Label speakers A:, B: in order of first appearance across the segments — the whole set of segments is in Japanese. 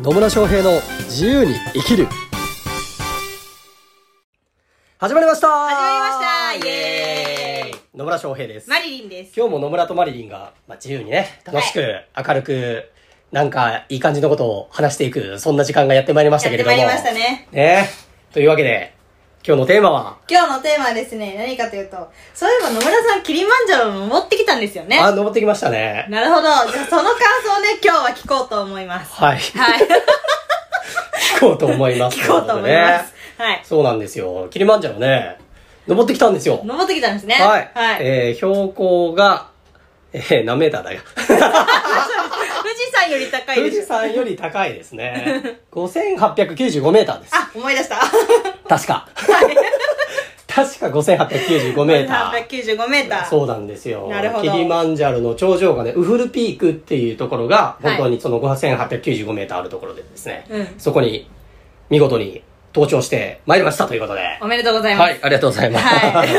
A: 野村翔平の自由に生きる始まりました
B: 始まりましたイエーイ
A: 野村翔平です
B: マリリンです。
A: 今日も野村とマリリンが、まあ、自由にね楽しく明るくなんかいい感じのことを話していくそんな時間がやってまいりました
B: や
A: け
B: っ
A: れ
B: て
A: ども
B: まいりましたね。
A: ねというわけで今日のテーマは
B: 今日のテーマはですね、何かというと、そういえば野村さん、キリマンジャロも持ってきたんですよね。
A: あ登ってきましたね
B: なるほど。じゃあその感想 をね、今日は聞こうと思います。
A: はい
B: はい。
A: 聞こうと思います
B: 聞こうと思います。はい。
A: そうなんですよ。キリマンジャロね、登ってきたんですよ。
B: 登ってきたんですね。
A: はい。
B: はい。
A: えー、標高が、えー、何メーターだよ。
B: 富士山より高い
A: 富
B: で
A: 士
B: す。
A: 山より高いですね。5895メーターです。
B: あ、思い出した。
A: 確か。 確か5895メーター。
B: 395メーター。
A: そうなんですよ
B: なるほ
A: キ
B: ど
A: リマンジャロの頂上がねウフルピークっていうところが
B: は
A: 本
B: い
A: 当にその5895メーターあるところでですね、
B: うん
A: そこに見事に登頂してまいりましたということで
B: おめでとうございます。
A: はい、ありがとうございます。
B: は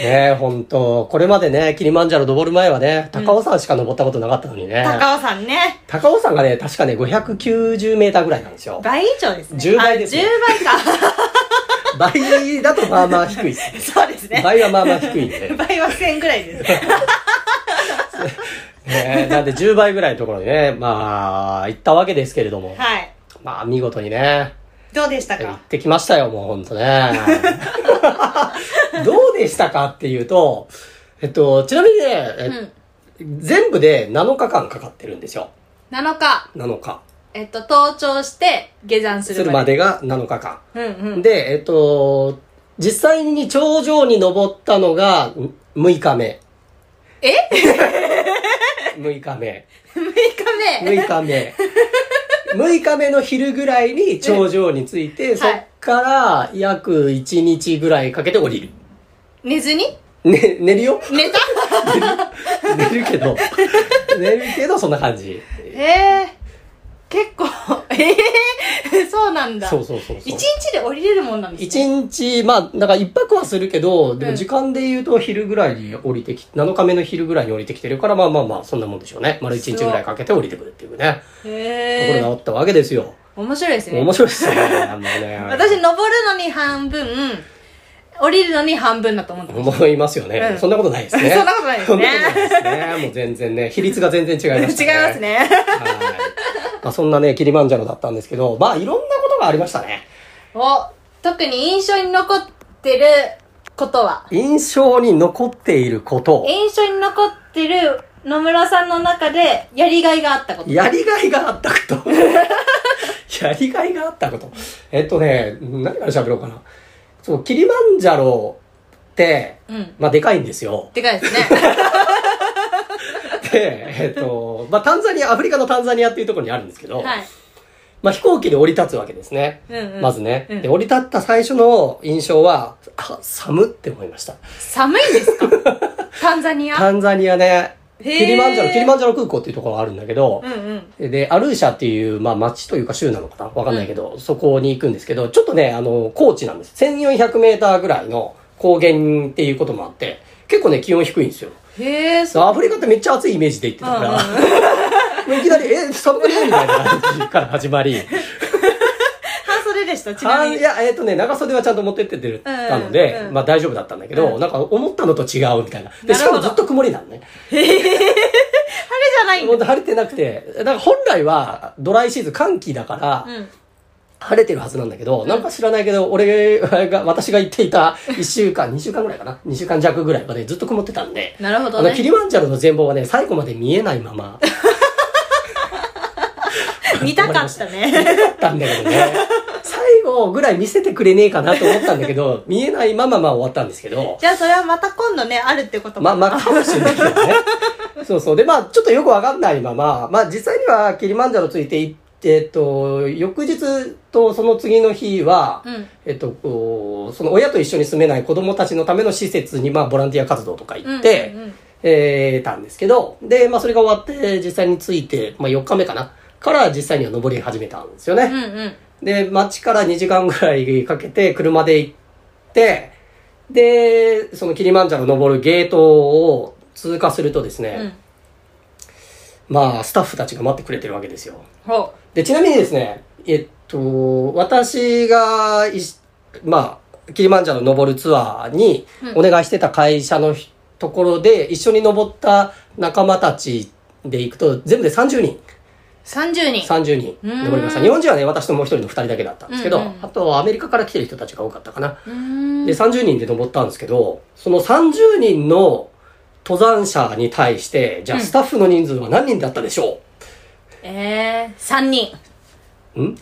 A: ねえ、本当これまでね、キリマンジャロ登る前はね、高尾山しか登ったことなかったのにね。
B: 高尾さんね。
A: 高尾山がね、確かね、590メーターぐらいなんです よ。
B: 倍以上ですね。
A: 10倍ですね
B: あ10倍 か。
A: 倍だとまあまあ低いです。
B: そうですね。
A: 倍はまあまあ低いんで。 ね
B: 倍は1000ぐらいです。
A: えなんで10倍ぐらいのところにね、まあ、行ったわけですけれども。
B: はい。
A: まあ、見事にね、
B: どうでした
A: 行っ
B: か
A: てきましたよ、もうほんとね。 どうでしたかっていうと、えっと、ちなみにね、え
B: うん。
A: 全部で7日間かかってるんですよ。
B: 7日。
A: 7日。
B: えっと、登頂して、下山す
A: す
B: る
A: る
B: ま
A: ま
B: で。
A: でが7日間。
B: うんうん。
A: で、えっと、実際に頂上に登ったのがん6日目。
B: え
A: 6日目。
B: ?6 日目。
A: 6日 目。6日目の昼ぐらいに頂上に着いて、そっから約1日ぐらいかけて降りる。
B: 寝 ずに
A: ね、寝るよ
B: 寝た
A: 寝るけど。寝るけど、そんな感じ。
B: ええ結構、ええそうなんだ。
A: そうそうそうそう。
B: 一日で降りれるもんなんです
A: 一
B: ね
A: 日、まあ、なんか一泊はするけど、でも時間で言うと昼ぐらいに降りてき、7日目の昼ぐらいに降りてきてるから、まあまあまあ、そんなもんでしょうね。丸一日ぐらいかけて降りてくるっていうね、ところ
B: え
A: が
B: え
A: あったわけですよ。
B: 面白いですね
A: 面。白いですね。あんまね
B: 私、登るのに半分、降りるのに半分だと思ってま
A: 思いますよね、
B: うん
A: そんなことないですね。
B: そんなことないですね。
A: そんなことないですねもう全然ね、比率が全然違いますす
B: 違います。ね。
A: はい。まあ、そんなね、キリマンジャロだったんですけど、まあ、いろんなことがありましたね。
B: お、特に印象に残ってることは
A: 印象に残っていること。
B: 印象に残ってる野村さんの中でやりがいがあったこと。
A: やりがいがあったこと。 やりがいがあったこと。えっとね、何から喋ろうかな。そう、キリマンジャロって、
B: うん。
A: まあ、でかいんですよ。
B: でかいですね。
A: で、えっと、まあ、タンザニア、アフリカのタンザニアっていうところにあるんですけど、
B: はい。
A: まあ、飛行機で降り立つわけですね。
B: うんうん
A: まずね、
B: うん
A: で。降り立った最初の印象は、あ、寒って思いました。
B: 寒いんです かタンザニア
A: タンザニアね、
B: へー
A: キリマンジャロ、キリマンジャロ空港っていうところがあるんだけど、
B: うんうん。
A: で、アルーシャっていう、まあ、町というか州なのかなわかんないけど、そこに行くんですけど、ちょっとね、あの、高地なんです。1400メーターぐらいの高原っていうこともあって、結構ね、気温低いんですよ。
B: へえ、そう。
A: アフリカってめっちゃ暑いイメージで行ってたから、
B: うん
A: もういきなり、え、寒くないみたいな感じから始まり、
B: 半袖で した、ちな
A: あ
B: み
A: い
B: に。
A: や、えっ、とね、長袖はちゃんと持ってっててたので、
B: うんうん
A: まあ大丈夫だったんだけど、なんか思ったのと違うみたいな。で、
B: な
A: し
B: る
A: か
B: ほ
A: も
B: ど
A: ずっと曇りなの ね。
B: 晴れじゃないん
A: 本当
B: だ。
A: 晴れてなくて、なんか本来はドライシーズン、寒気だから、
B: うん。
A: 晴れてるはずなんだけど、なんか知らないけど、俺が、私が行っていた1週間、2週間ぐらいかな ?2 週間弱ぐらいまでずっと曇ってたんで、
B: なるほ
A: あ
B: ど
A: の、キ
B: ね。
A: リマンジャロの全貌はね、最後まで見えないまま、
B: 見たかった ね。
A: だったんだけど ね、最後ぐらい見せてくれねえかなと思ったんだけど、見えないまままあ終わったんですけど、
B: じゃあそれはまた今度ね、あるってこと
A: まあまあ、かもしれない けどね。そうそう。で、まあ、ちょっとよくわかんないまま、まあ、実際にはキリマンジャロついていって、えっと、翌日とその次の日は、
B: うん。
A: えっと、こうその親と一緒に住めない子供たちのための施設に、まあ、ボランティア活動とか行って、
B: うんうんうん
A: えーたんですけど、で、まあ、それが終わって、実際に着いて、まあ、4日目かな、から実際には登り始めたんですよね。
B: うんうん。
A: で、町から2時間ぐらいかけて車で行って、で、そのキリマンジャロ登るゲートを通過するとですね、まあ、スタッフたちが待ってくれてるわけですよ。
B: ほ
A: で、ちなみにですね、えっと、私がいし、まあ、キリマンジャロ登るツアーに
B: うん
A: お願いしてた会社のひところで、一緒に登った仲間たちで行くと、全部で30人、
B: う。30人。
A: 30人
B: うーん
A: 登りました。日本人はね、私ともう一人の2人だけだったんですけど、
B: うんうん
A: あとはアメリカから来てる人たちが多かったかな。
B: うーん
A: で、30人で登ったんですけど、その30人の登山者に対して、じゃあ
B: うん
A: スタッフの人数は何人だったでしょ
B: えー、3人。
A: う、 ん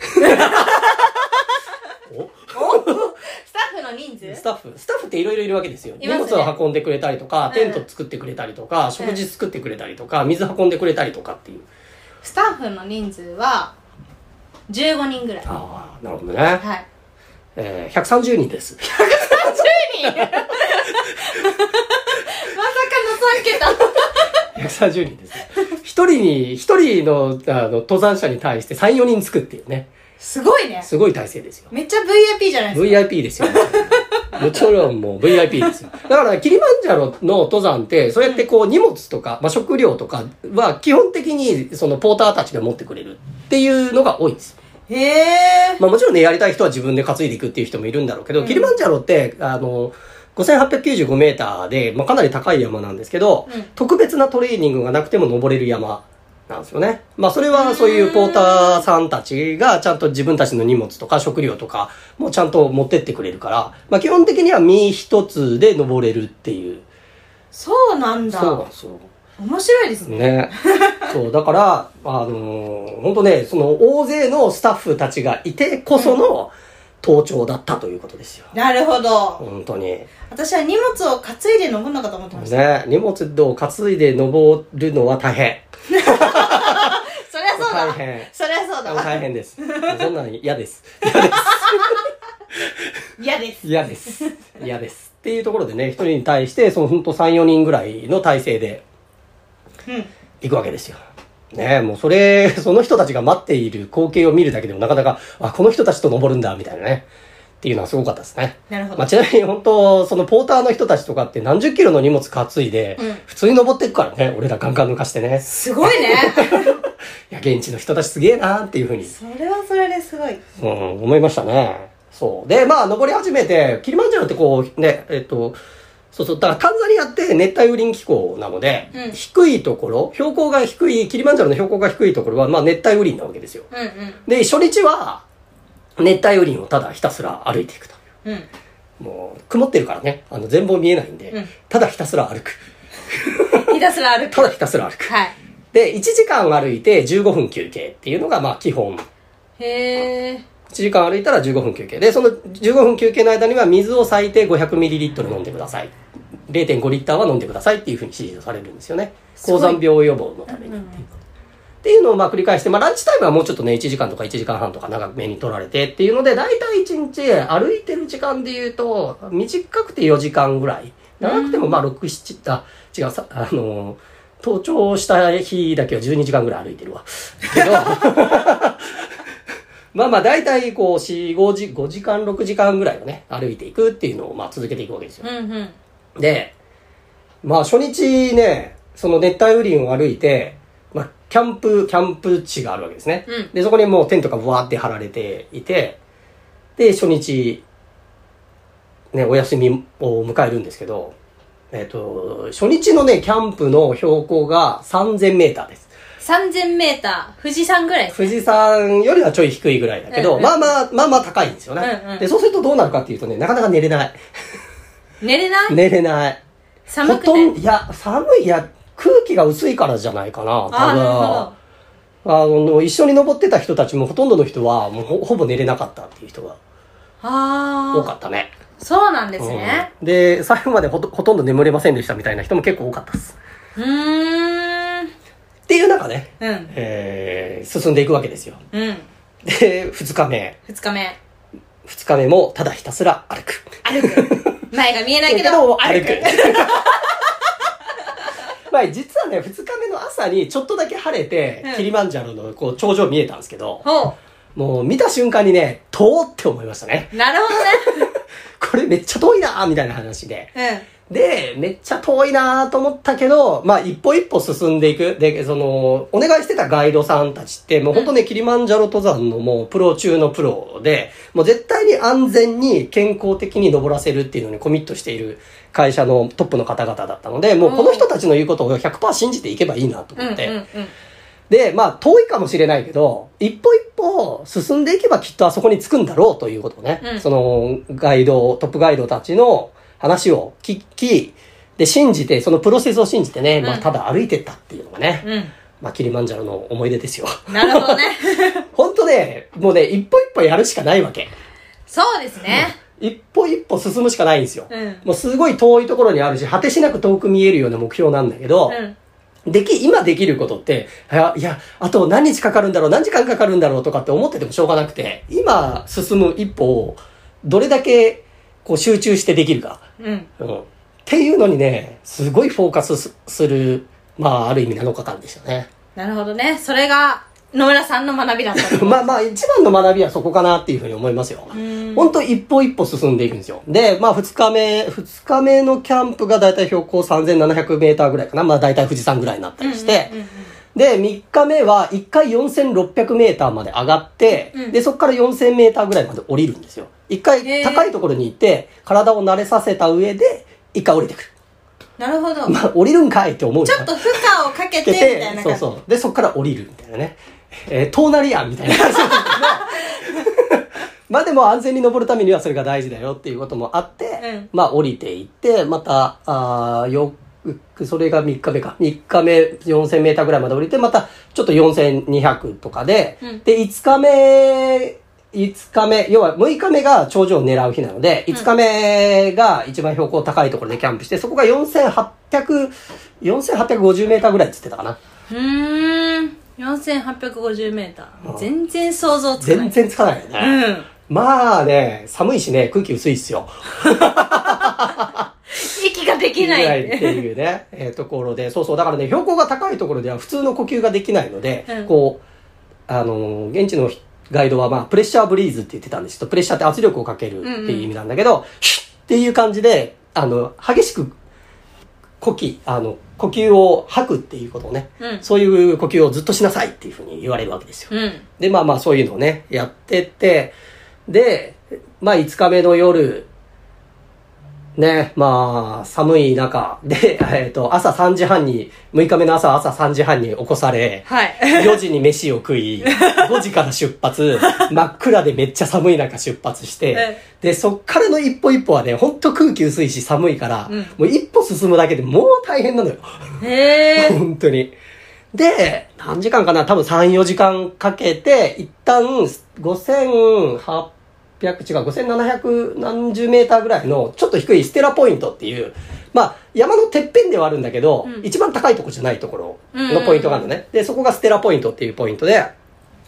B: おスタッフの人数
A: スタッフ、スタッフっていろいろいるわけですよ。
B: いますね
A: 荷物を運んでくれたりとか、
B: ん
A: テント作ってくれたりとか、食事作ってくれたりとか、水運んでくれたりとかっていう。
B: スタッフの人数は、15人ぐらい。は
A: ああ、なるほどね。
B: い。
A: えー、130人です。
B: 10人まさかの3桁。
A: 130人です。一人に、一人の、あの、登山者に対して3、4人つくっていうね。
B: すごいね。
A: すごい体制ですよ。
B: めっちゃ VIP じゃないですか。
A: VIP ですよ。もちろんもう VIP ですよ。だから、キリマンジャロの登山って、そうやってこう荷物とか、まあ、食料とかは基本的にそのポーターたちが持ってくれるっていうのが多いんです。
B: へ ー。
A: まあ、もちろんね、やりたい人は自分で担いでいくっていう人もいるんだろうけど、
B: うん
A: キリマンジャロって、あの、5895メーターで、まあ、かなり高い山なんですけど、
B: うん
A: 特別なトレーニングがなくても登れる山なんですよね。まあ、それはそういうポーターさんたちがちゃんと自分たちの荷物とか食料とかもちゃんと持ってってくれるから、まあ、基本的には身一つで登れるっていう。
B: そうなんだ。
A: そうなんですよ。
B: 面白いですね。
A: ね。そう、だから、あのー、本当ね、その、大勢のスタッフたちがいてこその、登頂だったということですよ。
B: なるほど。
A: 本当に。
B: 私は荷物を担いで登るのかと思ってました。
A: ね、荷物を担いで登るのは大変。
B: そりゃそうだ
A: 大
B: わ。
A: 変。
B: そりゃそうだわ。
A: 大変 です。そんなの嫌です。嫌です。
B: 嫌です。
A: 嫌です。嫌です。っていうところでね、一人に対して、その本当3、4人ぐらいの体制で
B: うん。
A: 行くわけですよ。ねえ、もうそれ、 その人たちが待っている光景を見るだけでもなかなか、あ、この人たちと登るんだ、みたいなね。っていうのはすごかったですね。
B: なるほど。
A: まあ、ちなみに本当、そのポーターの人たちとかって何十キロの荷物担いで
B: うん、
A: 普通に登っていくからね、俺らガンガン抜かしてね。
B: すごいね。
A: いや、現地の人たちすげえなーっていうふうに、
B: それはそれですごい。
A: うん、思いましたね。そう。で、まあ、登り始めて、キリマンジャロってこう、ね、えっと、そうそう、だからタンザニアって熱帯雨林気候なので、
B: うん
A: 低いところ、標高が低い、キリマンジャロの標高が低いところは、まあ、熱帯雨林なわけですよ。
B: うんう
A: で、初日は、熱帯雨林をただひたすら歩いていくと。
B: ん。うん。
A: もう、曇ってるからね、あの、全貌見えないんで、
B: うん
A: ただひたすら歩く。
B: ひたすら歩く。
A: ただひたすら歩く。
B: はい。
A: で、1時間歩いて15分休憩っていうのが、まあ、基本。
B: へー。
A: 1時間歩いたら15分休憩。で、その15分休憩の間には水を最低 500ml 飲んでください。0.5リッターは飲んでくださいっていうふうに指示をされるんですよね。
B: すご
A: 高
B: い
A: 山病予防のためにっていうこと。っていうのをまあ繰り返して、まあランチタイムはもうちょっとね、1時間とか1時間半とか長めに取られてっていうので、だいたい1日歩いてる時間で言うと、短くて4時間ぐらい。長くてもまあ6、7、あ、違う、さあのー登頂した日だけは12時間ぐらい歩いてるわ。けど、 まあまあ大体こう4、5時、5時間、6時間ぐらいをね、歩いていくっていうのをまあ続けていくわけですよ。
B: うんうん。
A: で、まあ初日ね、その熱帯雨林を歩いて、まあキャンプ、キャンプ地があるわけですね。
B: うん
A: で、そこにもうテントがわーって張られていて、で、初日、ね、お休みを迎えるんですけど、えっ、と、初日のね、キャンプの標高が3000メーターです。
B: 3000メーター、富士山ぐらいです
A: 富士山よりはちょい低いぐらいだけど、
B: うんうん
A: まあまあ、まあまあ高いんですよね、
B: うんうん
A: で、そうするとどうなるかっていうとね、なかなか寝れない。
B: 寝れない
A: 寝れない。
B: 寒く
A: ほとん
B: て。
A: どいや、寒い、いや、空気が薄いからじゃないかな、多分。
B: ああ、なるほど。
A: あの、一緒に登ってた人たちもほとんどの人は、もうほほぼ寝れなかったっていう人が多
B: あ
A: か
B: あ。
A: ったね。
B: そうなんですね。
A: うんで、最後までほとほとんど眠れませんでしたみたいな人も結構多かったです。
B: うーん。
A: っていう中ね、
B: うん。
A: えー、進んでいくわけですよ。
B: うん。
A: で、二日目。
B: 二日目。
A: 二日目もただひたすら歩く。
B: 歩く。前が見えないけ
A: けど
B: ど、歩く。
A: まあ実はね、二日目の朝にちょっとだけ晴れて、
B: うん
A: キリマンジャロのこう頂上見えたんですけど、
B: ほ
A: もう見た瞬間にね、遠って思いましたね。
B: う。なるほどね。
A: これめっちゃ遠いなみたいな話で。
B: うん。
A: で、めっちゃ遠いなと思ったけど、まあ一歩一歩進んでいく。で、その、お願いしてたガイドさんたちって、もう本当ね、キリマンジャロ登山のもうプロ中のプロで、もう絶対に安全に健康的に登らせるっていうのにコミットしている会社のトップの方々だったので、もうこの人たちの言うことを100%信じていけばいいなと
B: うん。う
A: 思っ
B: ん。う
A: て。。
B: ん
A: で、まあ遠いかもしれないけど、一歩一歩進んでいけばきっとあそこに着くんだろうということをね、
B: うん
A: そのガイド、トップガイドたちの話を聞き、で、信じて、そのプロセスを信じてね、まあ
B: うん
A: ただ歩いてったっていうのがね、
B: うん。
A: まあキリマンジャロの思い出ですよ。
B: うん。なるほどね。
A: ほんとね、もうね、一歩一歩やるしかないわけ。
B: そうですね。
A: 一歩一歩進むしかないんですよ。
B: うん。
A: もうすごい遠いところにあるし、果てしなく遠く見えるような目標なんだけど、
B: うん。
A: でき、今できることって、いや、いや、あと何日かかるんだろう、何時間かかるんだろうとかって思っててもしょうがなくて、今進む一歩をどれだけこう集中してできるか。
B: うん。
A: うん。っていうのにね、すごいフォーカスすする、まあ、ある意味7日間でしたね。
B: なるほどね。それが野村さんの学びだっ た。
A: まあまあ、一番の学びはそこかなっていうふうに思いますよ。
B: うん。
A: ほんと一歩一歩進んでいくんですよ。で、まあ二日目、二日目のキャンプがだいたい標高3700メーターぐらいかな。まあだいたい富士山ぐらいになったりして、
B: うんうんうん
A: で、3日目は1回4600メーターまで上がって、
B: うん
A: で、そこから4000メーターぐらいまで降りるんですよ。1
B: へ
A: 回
B: ー
A: 高いところに行って、体を慣れさせた上で、1回降りてくる。
B: なるほど。
A: まあ、降りるんかいって思うじ
B: ち
A: ゃ
B: ょ
A: ん
B: っと負荷をかけて
A: け
B: みたいな
A: そ
B: 感
A: う
B: じ。
A: そう。で、そこから降りるみたいなね。えー、遠なりやんみた いな 感じなんだけどまあでも安全に登るためにはそれが大事だよっていうこともあって、
B: うん
A: まあ降りていって、また、あーよそれが3日目か。3日目4000メーターぐらいまで降りて、またちょっと4200とかで、
B: うん
A: で、5日目、5日目、要は6日目が頂上を狙う日なので、5日目が一番標高高いところでキャンプして、そこが4800、4850メーターぐらいって言ってたかな。
B: うーん。4850メーター。全然想像つかな
A: 全
B: い。
A: 然つかないよね。
B: うん。
A: まあね、寒いしね、空気薄いっすよ。
B: 息ができな
A: ぐら
B: い。
A: っていう ね、えーところで、そうそう、だからね、標高が高いところでは普通の呼吸ができないので、
B: うん
A: こう、あのー現地のガイドは、まあ、プレッシャーブリーズって言ってたんですけど、プレッシャーって圧力をかけるっていう意味なんだけど、ヒュッっていう感じで、あの、激しく、呼吸、あの、呼吸を吐くっていうことをね、
B: うん。
A: そういう呼吸をずっとしなさいっていうふうに言われるわけですよ。
B: うん。
A: で、まあまあそういうのをね、やってって、で、まあ5日目の夜、ね、まあ寒い中、で、 えっ、と、朝3時半に、6日目の朝朝3時半に起こされ、
B: はい。
A: 4時に飯を食 い、5時から出発、真っ暗でめっちゃ寒い中出発して、で、そっからの一歩一歩はね、ほんと空気薄いし寒いから、
B: うん
A: もう一歩進むだけでもう大変なのよ。
B: へえ。
A: 本当に。で、何時間かな多分3、4時間かけて、一旦5800、違う、5700何十メーターぐらいの、ちょっと低いステラポイントっていう、まあ、山のてっぺんではあるんだけど、
B: うん
A: 一番高いとこじゃないところ
B: うんうんう
A: の
B: ん
A: ポイントがあるのね。で、そこがステラポイントっていうポイントで、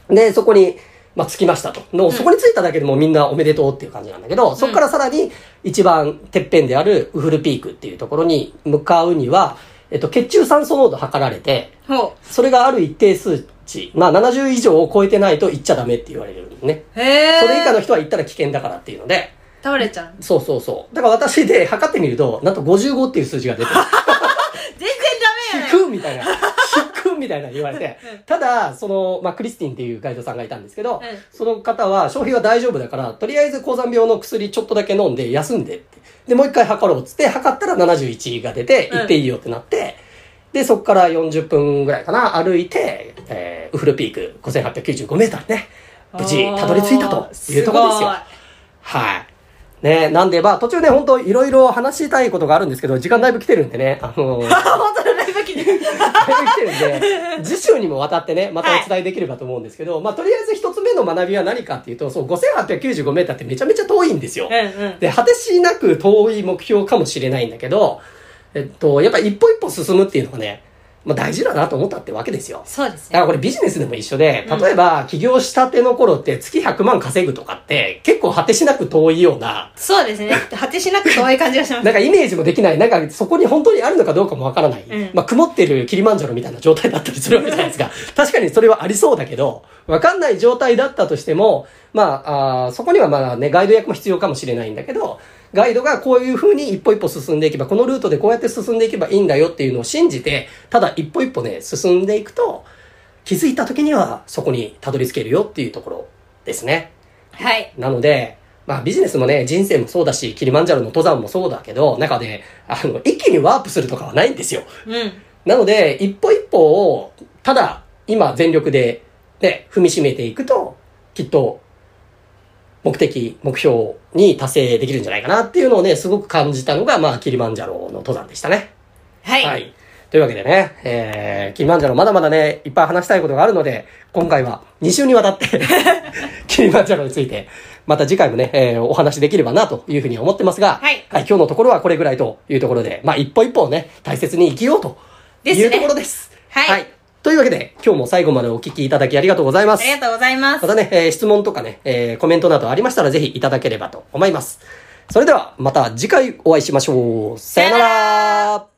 A: で、そこに、まあ、着きましたと。の、
B: ん
A: そこに着いただけでもみんなおめでとうっていう感じなんだけど、そこからさらに一番てっぺんであるウフルピークっていうところに向かうには、えっと、血中酸素濃度測られて、
B: ほ
A: それがある一定数値、まあ70以上を超えてないと行っちゃダメって言われるのね。
B: う。へえ。
A: それ以下の人は行ったら危険だからっていうので、
B: 倒れちゃう。
A: そうそうそう。だから私で測ってみると、なんと55っていう数字が出てる。
B: 全然ダメやね。
A: 引くみたいな。引くみたいな言われて。ただ、その、まあ、クリスティンっていうガイドさんがいたんですけど、
B: ん
A: その方は、商品は大丈夫だから、とりあえず高山病の薬ちょっとだけ飲んで休んでって。で、もう一回測ろうっつって、測ったら71が出て、
B: うん
A: 行っていいよってなって、で、そこから40分ぐらいかな、歩いて、えー、ウフルピーク5895メーターね、無事たどり着いたというところですよ。はい。ねなんで、まあ、途中ね、本当いろいろ話したいことがあるんですけど、時間だいぶ来てるんでね、あのー
B: あ、本当だ、ライブ機
A: 来
B: で。
A: てるんで、次週にもわたってね、またお伝えできればと思うんですけど、まあ、とりあえず一つ目の学びは何かっていうと、そう、5895メーターってめちゃめちゃ遠いんですよ。
B: うんうん。
A: で、果てしなく遠い目標かもしれないんだけど、えっと、やっぱ一歩一歩進むっていうのがね、まあ、大事だなと思ったってわけですよ。
B: そうです
A: だか
B: ね。
A: らこれビジネスでも一緒で、例えば起業したての頃って月100万稼ぐとかって結構果てしなく遠いような、
B: そうですね。果てしなく遠い感じがします。
A: なんかイメージもできない、なんかそこに本当にあるのかどうかもわからない、
B: うん
A: まあ曇ってるキリマンジャロみたいな状態だったりするわけじゃないですか。 確かにそれはありそうだけど、わかんない状態だったとしても、まあ、あーそこにはまあね、ガイド役も必要かもしれないんだけど、ガイドがこういう風に一歩一歩進んでいけば、このルートでこうやって進んでいけばいいんだよっていうのを信じて、ただ一歩一歩ね、進んでいくと、気づいた時にはそこにたどり着けるよっていうところですね。
B: はい。
A: なので、まあビジネスもね、人生もそうだし、キリマンジャロの登山もそうだけど、中で、あの、一気にワープするとかはないんですよ。
B: うん。
A: なので、一歩一歩を、ただ、今全力で、ね、踏みしめていくと、きっと、目的、目標に達成できるんじゃないかなっていうのをね、すごく感じたのが、まあ、キリマンジャロの登山でしたね。
B: はい。
A: はい。というわけでね、えー、キリマンジャロまだまだね、いっぱい話したいことがあるので、今回は2週にわた って、キリマンジャロについて、また次回もね、えーお話しできればなというふうに思ってますが、
B: はい
A: 今日のところはこれぐらいというところで、まあ一歩一歩をね、大切に生きようと
B: です
A: い
B: ね
A: うところです。
B: はい
A: というわけで、今日も最後までお聞きいただきありがとうございます
B: あ。りがとうございます
A: ま。たね、えー質問とかね、えーコメントなどありましたらぜひいただければと思います。それではまた次回お会いしましょう。さよな
B: さよな
A: ら